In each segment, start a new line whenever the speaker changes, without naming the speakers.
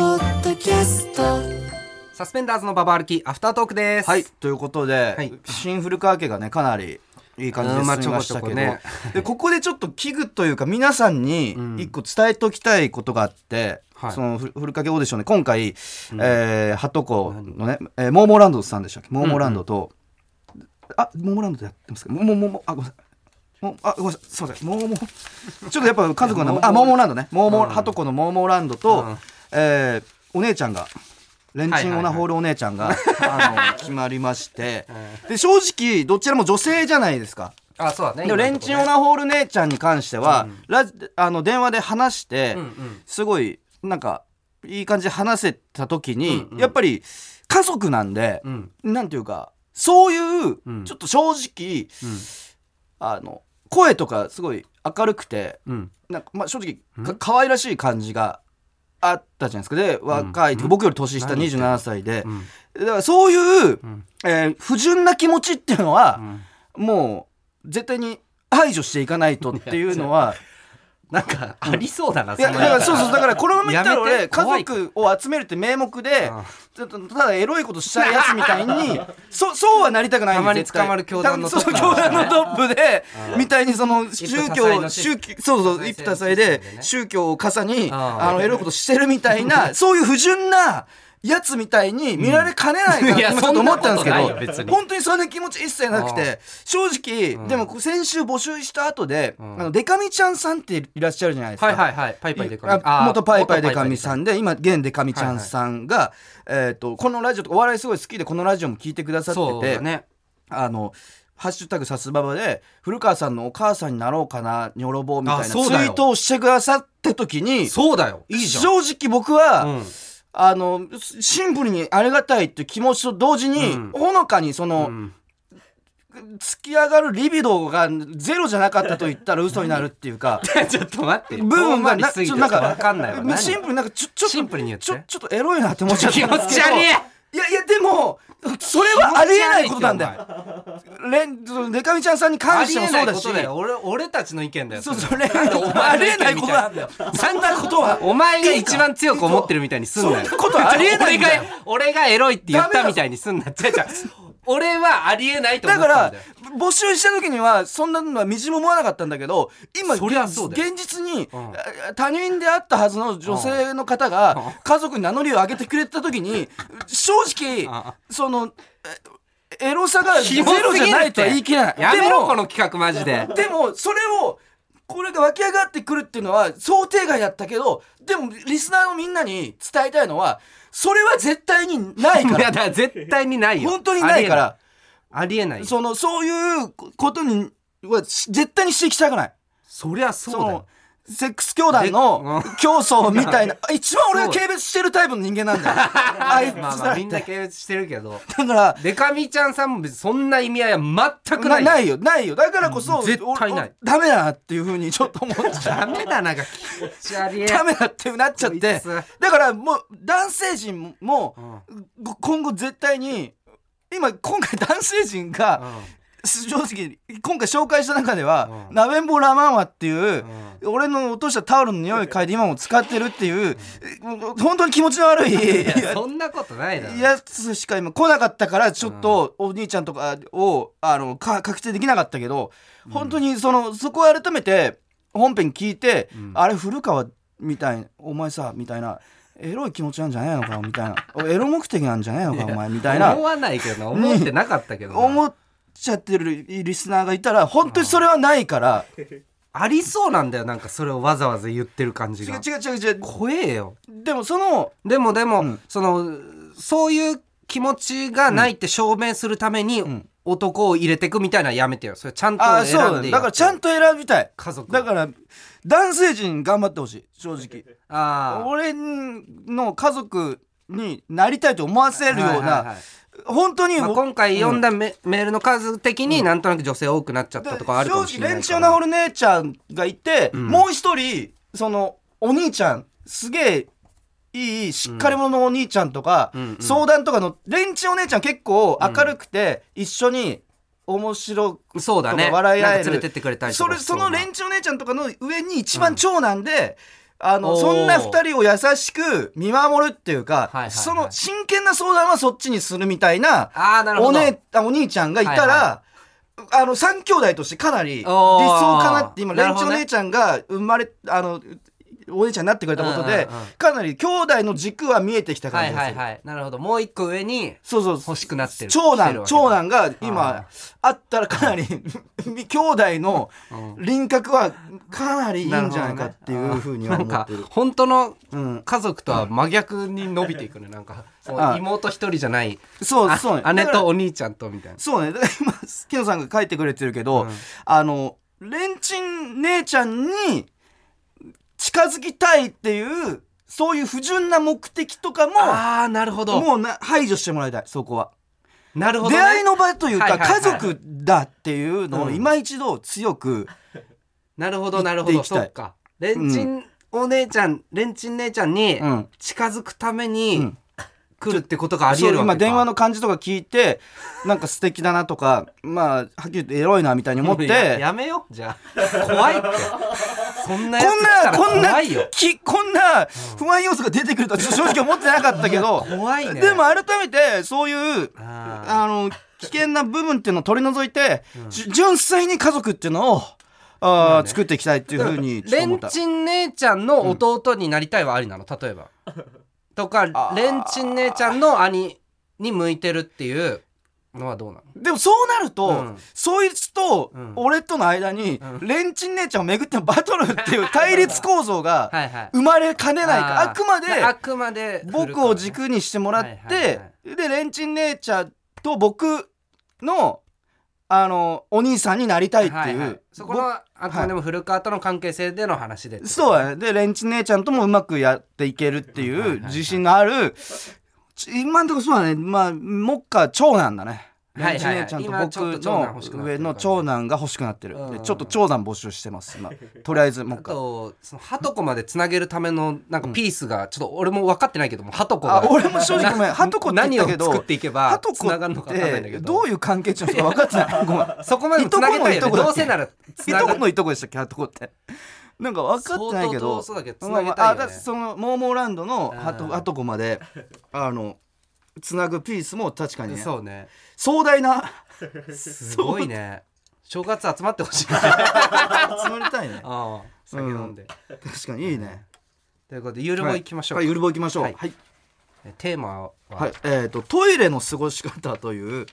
キャスト
サスペンダーズのババ歩きアフタートークです。
はい、ということで、
はい
新古川家がねかなりいい感じ
う
で
んまあ
進みました
ちょこちょこ
けど、
ね
でここでちょっと危惧というか皆さんに一個伝えておきたいことがあって、
はい
そのふ古川家オーディションで今回、えー、ハトコのね、えーモーモーランドさんでしたっけモーモーランドと、あモーモーランドでやってますけどももももあごめんなさいもあごめんなさいすいませんもうもうちょっとやっぱ家族の名前あモーモーランドねモーモー、ハトコのモーモーランドと、
うん
えーお姉ちゃんがレンチンオ
はいはいは
ナ
い
ホールお姉ちゃんがあの決まりましてで正直どちらも女性じゃないですか。
あ、そうだね。
でもレンチンオ
な。
ナホール姉ちゃんに関しては、ラジあの電話で話して、
うんうん。
すごいなんかいい感じで話せた時に、
うんうん
やっぱり家族なんで、
うん
なんていうかそういう、
うん
ちょっと正直あの声とかすごい明るくて
うん
なんかまあ正直か可愛らしい感じがあったじゃないですかで若い、僕より年下
何言ってん
27歳で、
うん
だからそういう、
ん
えー不純な気持ちっていうのは
う、ん。
もう絶対に排除していかないとっていうのは。
なんかありそうだな。
いやだ
の
からそうそうだからこのままいっ
や
たら
め
俺
て怖
家
い
族を集めるって名目で
ああ
ちょっとただエロいことしたいやつみた いにそそうはなりたくないんです
たまに
絶
捕
対
まる教団のトップ
そう教団のトップでみたいにその宗
一夫多妻
教
のシス
宗教そうそう
一
一
夫
夫多
多妻
妻
システ
で
ムでね
宗教を傘に
ああ
あのエロいことしてるみたい なそういう不純なやつみたいに見られかねないかなっ
うん
て今ちょっと思ったんですけ
いやそんなことないよ
ど
別に
本当にそんな気持ち一切な
あ
くて正直でもこう先週募集した後であのデカミちゃんさんっていらっしゃるじゃないですか
はいはいはい。パイパイでかみ。
あ元パイパイでかみさ
ん。
んで今現でかみちゃんさんが、えー、とこのラジオとかお笑いすごい好きでこのラジオも聞いてくださって
そう
て
だね。
あのハッシュタグさすばばで古川さんのお母さんになろうかなにょろぼうみたいな
あ
ツイ
そうだよ
ートをしてくださった時に
そうだよ。いいじゃん。
正直僕は、
うん
あのシンプルにありがたいっていう気持ちと同時に、
うん
ほのかにその、
うん
突き上がるリビドーがゼロじゃなかったと言ったら嘘になるっていうか。
ちょっと待って。
部分
遠回
が
りしすぎて
ちょっとなんか
わかんないわ。何
シンプルになんかちょちょっと
シンプルに言って
ちょちょっとエロいなって思っちゃったんですけど
気持ち悪い
いやいやでもそれはありえないことなんだよレンそのデカミちゃんさんに
あ
関し
り
ても
えな
そう
い
だ
こ
し
とだよ。俺俺たちの意見だよ。
そう
れ
それありえないことなんだよそんなことは
お前が一番強く思ってるみたいにすんなよ。
いいかそんなことありえないんだよ
俺が、俺がエロいって言ったみたいにすんな。違う違う。俺はありえないと思
だ
っ
か
たん
ら
だよ。
募集した時にはそんなのはみじも思わなかったんだけど今
そりゃそうだよ
現実に、
ん
あ他人であったはずの女性の方が家族に名乗りを上げてくれた時に正直
あ
そのえエロさがゼ
キモすぎる
ロ
って
じゃないとは言い切れない
やめ
で
ろ、
も
この企画マジで。
でもそれをこれが湧き上がってくるっていうのは想定外だったけどでもリスナーのみんなに伝えたいのはそれは絶対にないか
いや、だ
ら
から絶対にない よ。
本当にないから
ありえない。ありえない。そ
そのそういうことにはし絶対にしていきたくない。
りゃそうだよ。
そのセックス兄弟の競争み たいな一番俺が軽蔑してるタイプの人間なんだよあいつ
まあま
だ
あ、
って
みんな軽蔑してるけど。
だから
デカミちゃんさんも別にそんな意味合いは全く
な
ない。
ないよないよだからこそ
うん絶対ない
俺ダメだなっていうふうにちょっと思っちゃう
ダメだな、なんか気持ち悪い。
ダメだってなっちゃっ
こい
て
つ
だからもう男性陣も、ご今後絶対に今今回男性陣
う
が、
ん
正直今回紹介した中では、
うん
ナベンボラマンワっていう、俺の落としたタオルの匂い嗅いで今も使ってるっていう、もう本当に気持ちの悪い
いやそんなことないだろ。
やつしか今来なかったからちょっとお兄ちゃんとかをあのか確定できなかったけど本当にそのそこを改めて本編聞いて、あれ古川みたいなお前さみたいなエロい気持ちなんじゃないのかみたいなおエロ目的なんじゃないのかお前みたいな
思わないけどな、思ってなかったけどな。
思っちゃってるリスナーがいたら本当にそれはないから
ありそうなんだよ、なんかそれをわざわざ言ってる感じ
違う
が。
違う違う違う
怖えよ。
でもその
でもでも、
うん
そのそういう気持ちがないって証明するために、
ん
男を入れてくみたいなのやめてよそれちゃんと
ああそう
選
だ
んで
ね
よ
だからちゃんと選びたい
家族
だから男性陣頑張ってほしい正直
ああ
俺の家族になりたいと思わせるような、
はいはいはい
本当に、
まあ、今回読んだメ,、メールの数的になんとなく女性多くなっちゃったとかあるかもしれない
正直レンチ
か
オ
ら
ナホル姉ちゃんがいて、もう一人そのお兄ちゃんすげえいいしっかり者のお兄ちゃんとか、
んうん
相談とかのレンチお姉ちゃん結構明るくて、一緒に面白く
そうだね
とか笑い合える
なんか連れてってくれたりと
そ
か
れ
し
そ
そうな
の連中姉ちゃんとかの上に一番長男で、あの
おー
そんな2人を優しく見守るっていうか、
はいはいはい
その真剣な相談はそっちにするみたいな
ああなる
お
ほど
姉あお兄ちゃんがいたら、
は
あの3兄弟としてかなり理想
おー
かなって今
なる
連
ほ
中
ど
の
ね
姉ちゃんが生まれあのお姉ちゃんになってくれたことで、
うんうんうん
かなり兄弟の軸は見えてきた感
は
じ
い
でする、
はいはいなるほどもう一個上に
そうそう
欲しくなってる
長
来てる
男
わけだ
長男が
は
今あったらかなり 兄弟の
うん
輪郭はかなりいいんじゃないかっていうふうには思
な
っ
るほどねあー
て
なん
る
か。本当の
うん、
家族とは真逆に伸びていくねなん かそ
あ
う妹一人じゃない
そう
あ
そうねだ
姉
から
とお兄ちゃんとみたいな
そうねだから今ケノさんが書いてくれてるけど、
うん
あのレンチン姉ちゃんに近づきたいっていうそういう不純な目的とかも
ああなるほど
もうな排除してもらいたいそこは、
なるほど
出
ね
会いの場というか、
はいはいはい
家族だっていうのを
うん
今一度強く、
なるほどなるほど
行っていきた
そ
い
っかレンチンお姉ちゃんレンチン姉ちゃんに
うん
近づくため
う
に
ん
来るってことがありえる
そう
わけか
今電話の感じとか聞いてなんか素敵だなとかまあはっきり言ってエロいなみたいに思っ
いや
て
やめよじゃ あ怖いってそんなやつ
こん
来た
な
ら
こん
怖
ない
よ
きこんな不安要素が出てくるとはちょっと正直思ってなかったけど
怖 いね
でも改めてそういう
あ
あの危険な部分っていうのを取り除いて、じゅ純粋に家族っていうのをあー、作っていきたいっていうふう
ー
にちょっと
レ
思っ
ン
た。
チン姉ちゃんの弟になりたいはありなの例え ばとか
ー
レンチン姉ちゃんの兄に向いてるっていうのはどうなの
でもそうなると、
うん
そいつと
うん
俺との間に、
う
レンチン姉ちゃんを巡ってのバトルっていう対立構造 が
はいはい
生まれかねないかあ
ー
くまで
あくまで
僕を軸にしてもらって、
はいはいは
でレンチン姉ちゃんと僕のあのお兄さんになりたいっていう、
ははそこのあくまでも古川との関係性での話でってこと
そうやねでレンチ姉ちゃんともうまくやっていけるって
はいはい
い
は
う
い
自信のあるち今んとこそうだねまあもっか長男だね
は
レ
い
ンチ
はいはい
姉ちゃんと
今ちょっと
僕
長男欲しくなっ
の
てる
上の長男が欲しくなってる
うん
でちょっと長男募集してます今とりあえずもっ
あ
か
とそのハトコまでつなげるためのなんかピースがちょっと俺も分かってないけどもハトコ
あ
が
俺も正直ごめん
な
ハトコって言
何
った
を
け
作っ
ど
ていけ
ハ
ば
ト
つ
コ
ながるのか分かんないんだ
っ
け
て
ど
どういう関係値なのか分かってないごめん
そこまでつなげたいよ
いとこ
ね
のいとこだっけ
どうせならつ
い
な
と
が
こ
る
のいとこでしたっけハトコって なんか分かってな
相
いけ
当遠
ど
そうだけどつ
ま
な
あま
げ
あ
たい
あだ
よ
っ
ね
てそのモーモーランドのハ
う
ト
ん
ハトコま であのつなぐピースも確かにね
そうね
壮 大な
すごいね正月集まってほしい
集まりたいね
ああ酒飲んで
確かにいいね
ということでゆるぼ行きましょ
はい、
う
ゆるぼ行きましょうは
はいい、えテーマ
は
はい
えっ、とトイレの過ごし方という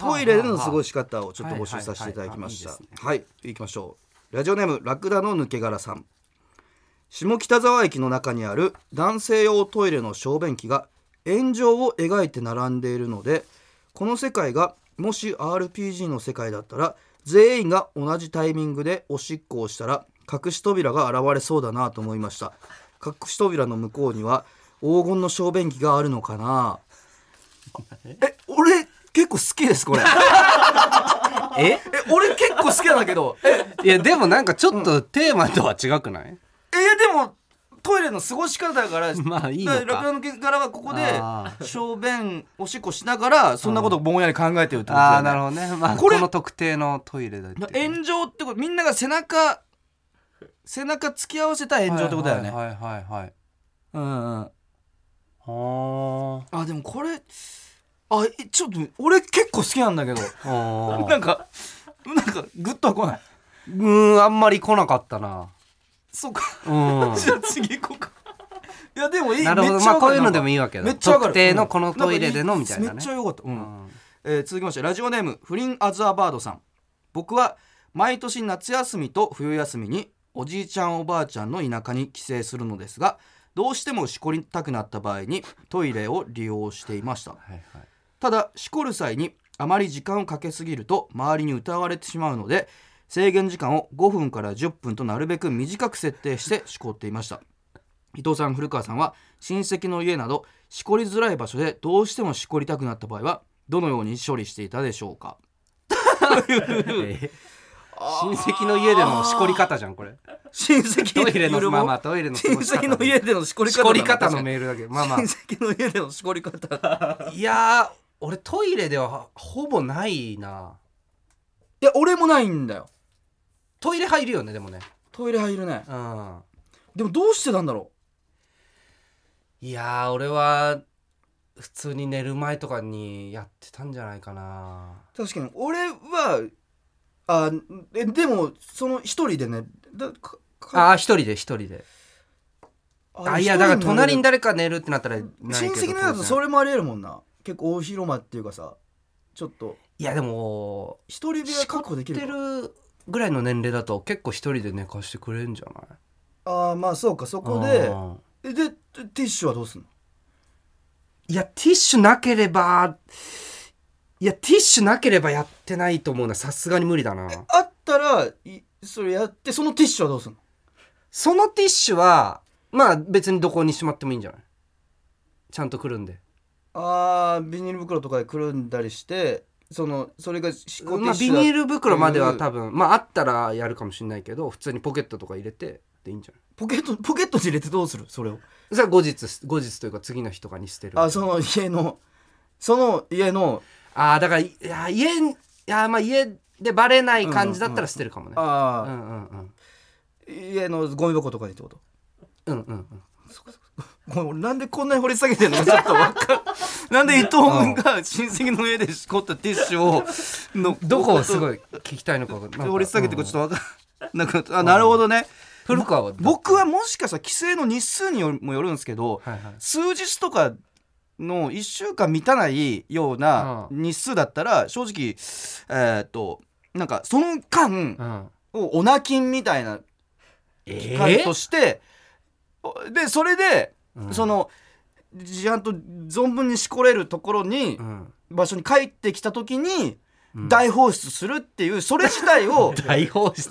トイレでの過ご
し
し方をちょっと募集させていただきました
はいはい
はい行きましょうラジオネームラクダの抜け殻さん下北沢駅の中にある男性用トイレの小便器が円状を描いて並んでいるのでこの世界がもし RPG の世界だったら全員が同じタイミングでおしっこをしたら隠し扉が現れそうだなと思いました隠し扉の向こうには黄金の小便器があるのか なえ俺結構好きですこれ
え
え俺結構好きなんだけどえ
いやでもなんかちょっとテーマとは違くない、
えでもトイレの過ごし方だから
まあいいの
だ
から
ラクダの毛からはここで
あ
小便おしっこしながらそんなことをぼんやり考えてるってこと
ああなる
ほ
ほどね、まあ、
こ
こ
れ
の特定のトイレだっていう
炎上ってことみんなが背中背中突き合わせた炎上ってことだよね
はいはいはいはいはい
うんうん
は
あでもこれあえちょっと俺結構好きなんだけど
あは
な
あ
んかなんかグッとは来ないう
ーんあんまり来なかったな
そうか
うん
じゃあ次行こうかいやでもいい
なるほ
め
ど
っちゃ
まあ
わ
こ
か
う
る
いうので
なんか
もいいわけだ
めっちゃわか
特
る
定のこのトイレでのみたい
うん
なんね
かめっちゃよかった、う
うんん
えー続きましてラジオネームフリン・アズ・アバードさん僕は毎年夏休みと冬休みにおじいちゃんおばあちゃんの田舎に帰省するのですがどうしてもしこりたくなった場合にトイレを利用していました
はいはい
ただしこる際にあまり時間をかけすぎると周りに歌われてしまうので制限時間を5分から10分となるべく短く設定してしこっていました伊藤さん古川さんは親戚の家などしこりづらい場所でどうしてもしこりたくなった場合はどのように処理していたでしょうかという
え親戚の家でのしこり方じゃんこ れ
親戚
トイレ
ゆる
の
ぼ
まあまあトイレの過
親
ごし方
戚の家でのしこり方
しこり方の
確
メールだけどまあま
か
あ
に親戚の家でのしこり方
いやー俺トイレではほぼないない
や俺もないんだよ
トイレ入るよねでもね
トイレ入るね
うん
でもどうしてなんだろ
いやー俺は普通に寝る前とかにやってたんじゃないかな
う確かに俺はあえでもその一人でねだかか
ああ一人で一人であいやだから隣に誰か寝るってなったらないけど
親戚のやつそ
れ
れもありえるもんな結構大広間っていうかさちょっと
いやでも
一人部屋確保でき
知って
るか
るぐらいの年齢だと結構一人で寝かしてくれるんじゃない
ああまあそうかそ
こ
こでえでテティッシュはどうすんの
いやティッシュなければいやティッシュなければやってないと思うなさすがに無理だな
あったらいそれやってそのティッシュはどうすんの
そのティッシュはまあ別にどこにしまってもいいんじゃないちゃんとくるんで
あービニール袋とかでくるんだりしてそのそれがしこ
まあ、ビニー
ル
ル袋までは多分まああったらやるかもしれないけど普通にポケットとか入れてでいいんじゃない
ポケットポケットに入れてどうするそれを
それは後日後日というか次の日とかに捨てる
あその家のその家の
あーだからいや家にいやまあ家でバレない感じだったら捨てるかもねうんう
あ
んうん
ー家のゴミ箱とかにってこと
うんうんうん
ごめん俺なんでこんなに掘り下げてんのかちょっとわかんなんで伊藤君が親戚の家でしこったティッシュをの
どこをす
い
ごい聞きたいのかなんか
掘り下げてこうちょっとわかんなくなったあなるほどね
うん古川は
僕はもしかしたら帰省の日数によもよるんですけど
はいはい
数日とかの1週間満たないよう
う
な日数だったら正直えーっとなんかその間
うん
をオナキンみたいな
え
期間として、おでそれで、
うん
そのちゃんと存分にしこれるところに、
うん
場所に帰ってきた時に
うん
大放出するっていうそれ自体 を
大放出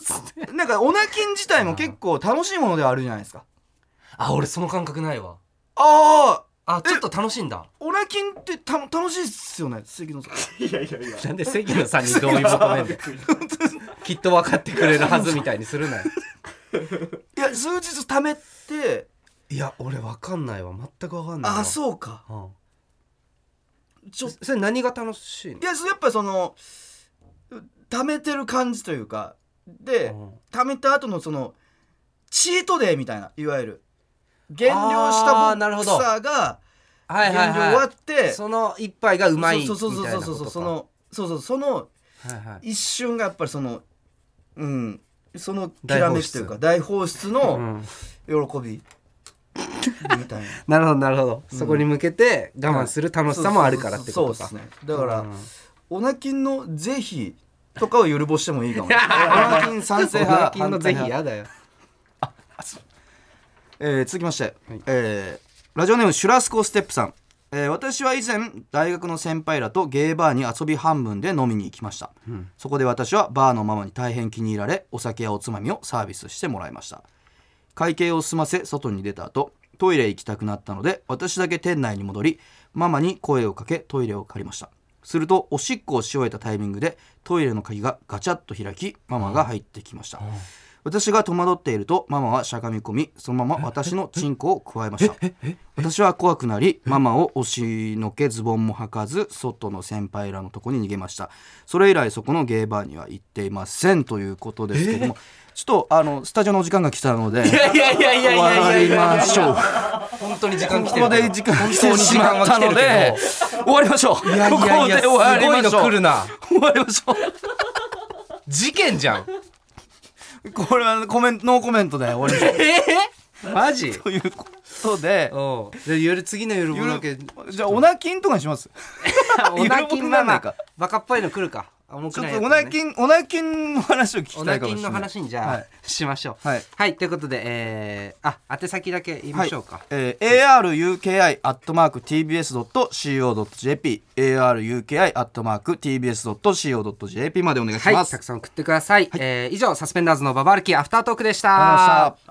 なんかオナキン自体も結構楽しいものではあるじゃないですか。
あ俺その感覚ないわ
ああ
あちょっと楽しいんだ
オナキンってた楽しいっすよね関野さん。
なんで関野さんに同意求めんだよ きっと分かってくれるはずみたいにするなよ
いや数日貯めて
いや俺分かんないわ全く分かんないわ
ああそうか
うん、
ちょい
それ何が楽しいの
やそうやっぱその貯めてる感じというかで。
うん
貯めた後のそのチートデーみたいないわゆる減量した
あーなる
ボ
ほ
ク
ど
サーが
はい
減量
はい
終わ
は
って、
いその一杯がうまいみた
そう
いな
そうそうそ
こと
うそうそう
か
そのそうそうその
はいはい
一瞬がやっぱりそのうんそのき
大
ら
放出
めきというか大放出の
うん
喜びみたい
な
な
るほどなるほど、そこに向けて我慢する楽し さもあるからってことか
そうそうそうそうですねだから、
うん
オナキンの是非とかをゆるぼしても いいかもオナキン賛
オ
成
ナ
派
キンのぜ
反対
ひ
派
やだよ
えー続きまして、
はい
えーラジオネームシュラスコステップさん、えー私は以前大学の先輩らとゲーバーに遊び半分で飲みに行きました、
うん
そこで私はバーのママに大変気に入られお酒やおつまみをサービスしてもらいました会計を済ませ外に出た後トイレ行きたくなったので私だけ店内に戻りママに声をかけトイレを借りましたするとおしっこをし終えたタイミングでトイレの鍵がガチャッと開きママが入ってきました、私が戸惑っているとママはしゃがみ込みそのまま私のチンコを加えました私は怖くなりママを押しのけズボンも履かず外の先輩らのとこに逃げましたそれ以来そこのゲーバーには行っていませんということですけどもちょっとあのスタジオのお時間が来たので
いやいやいやいやいや
終
い
わ
やい
り
や
ましょう
本当に時間来
こ
てる
こで時間が来てし
本当
ま
に
っ
時間
た
は来てる
の
けど
で終わりましょうこ
い
こで
やいやいや
終わりまし
すごいの
ょ
来る
う
な
終わりましょ
事件じゃん
うこれはコメントノーコメントで終わりましょう
マジ
ということで
おうでゆる次のゆるぼ だけ
じゃあオナキンとかにします
おなきん
な
マ
んない
マ
か
バカっぽいの来るか重
ち
く
ょ
な
っ
い
と
やつね
オナキンオナキンの話を聞
お
きた
ない
かも
き
し
ん
れな
の
い
話にじゃあ、
はい
しましょう
はい
ということでえー、あ宛先だけ言いましょうか、
えー、aruki.tbs.co.jp aruki.tbs.co.jp までお願いし
はい、
ま
た
す。
くさん送ってください、えー以上サスペンダーズのババ歩きアフタートークでした
ありがとうございました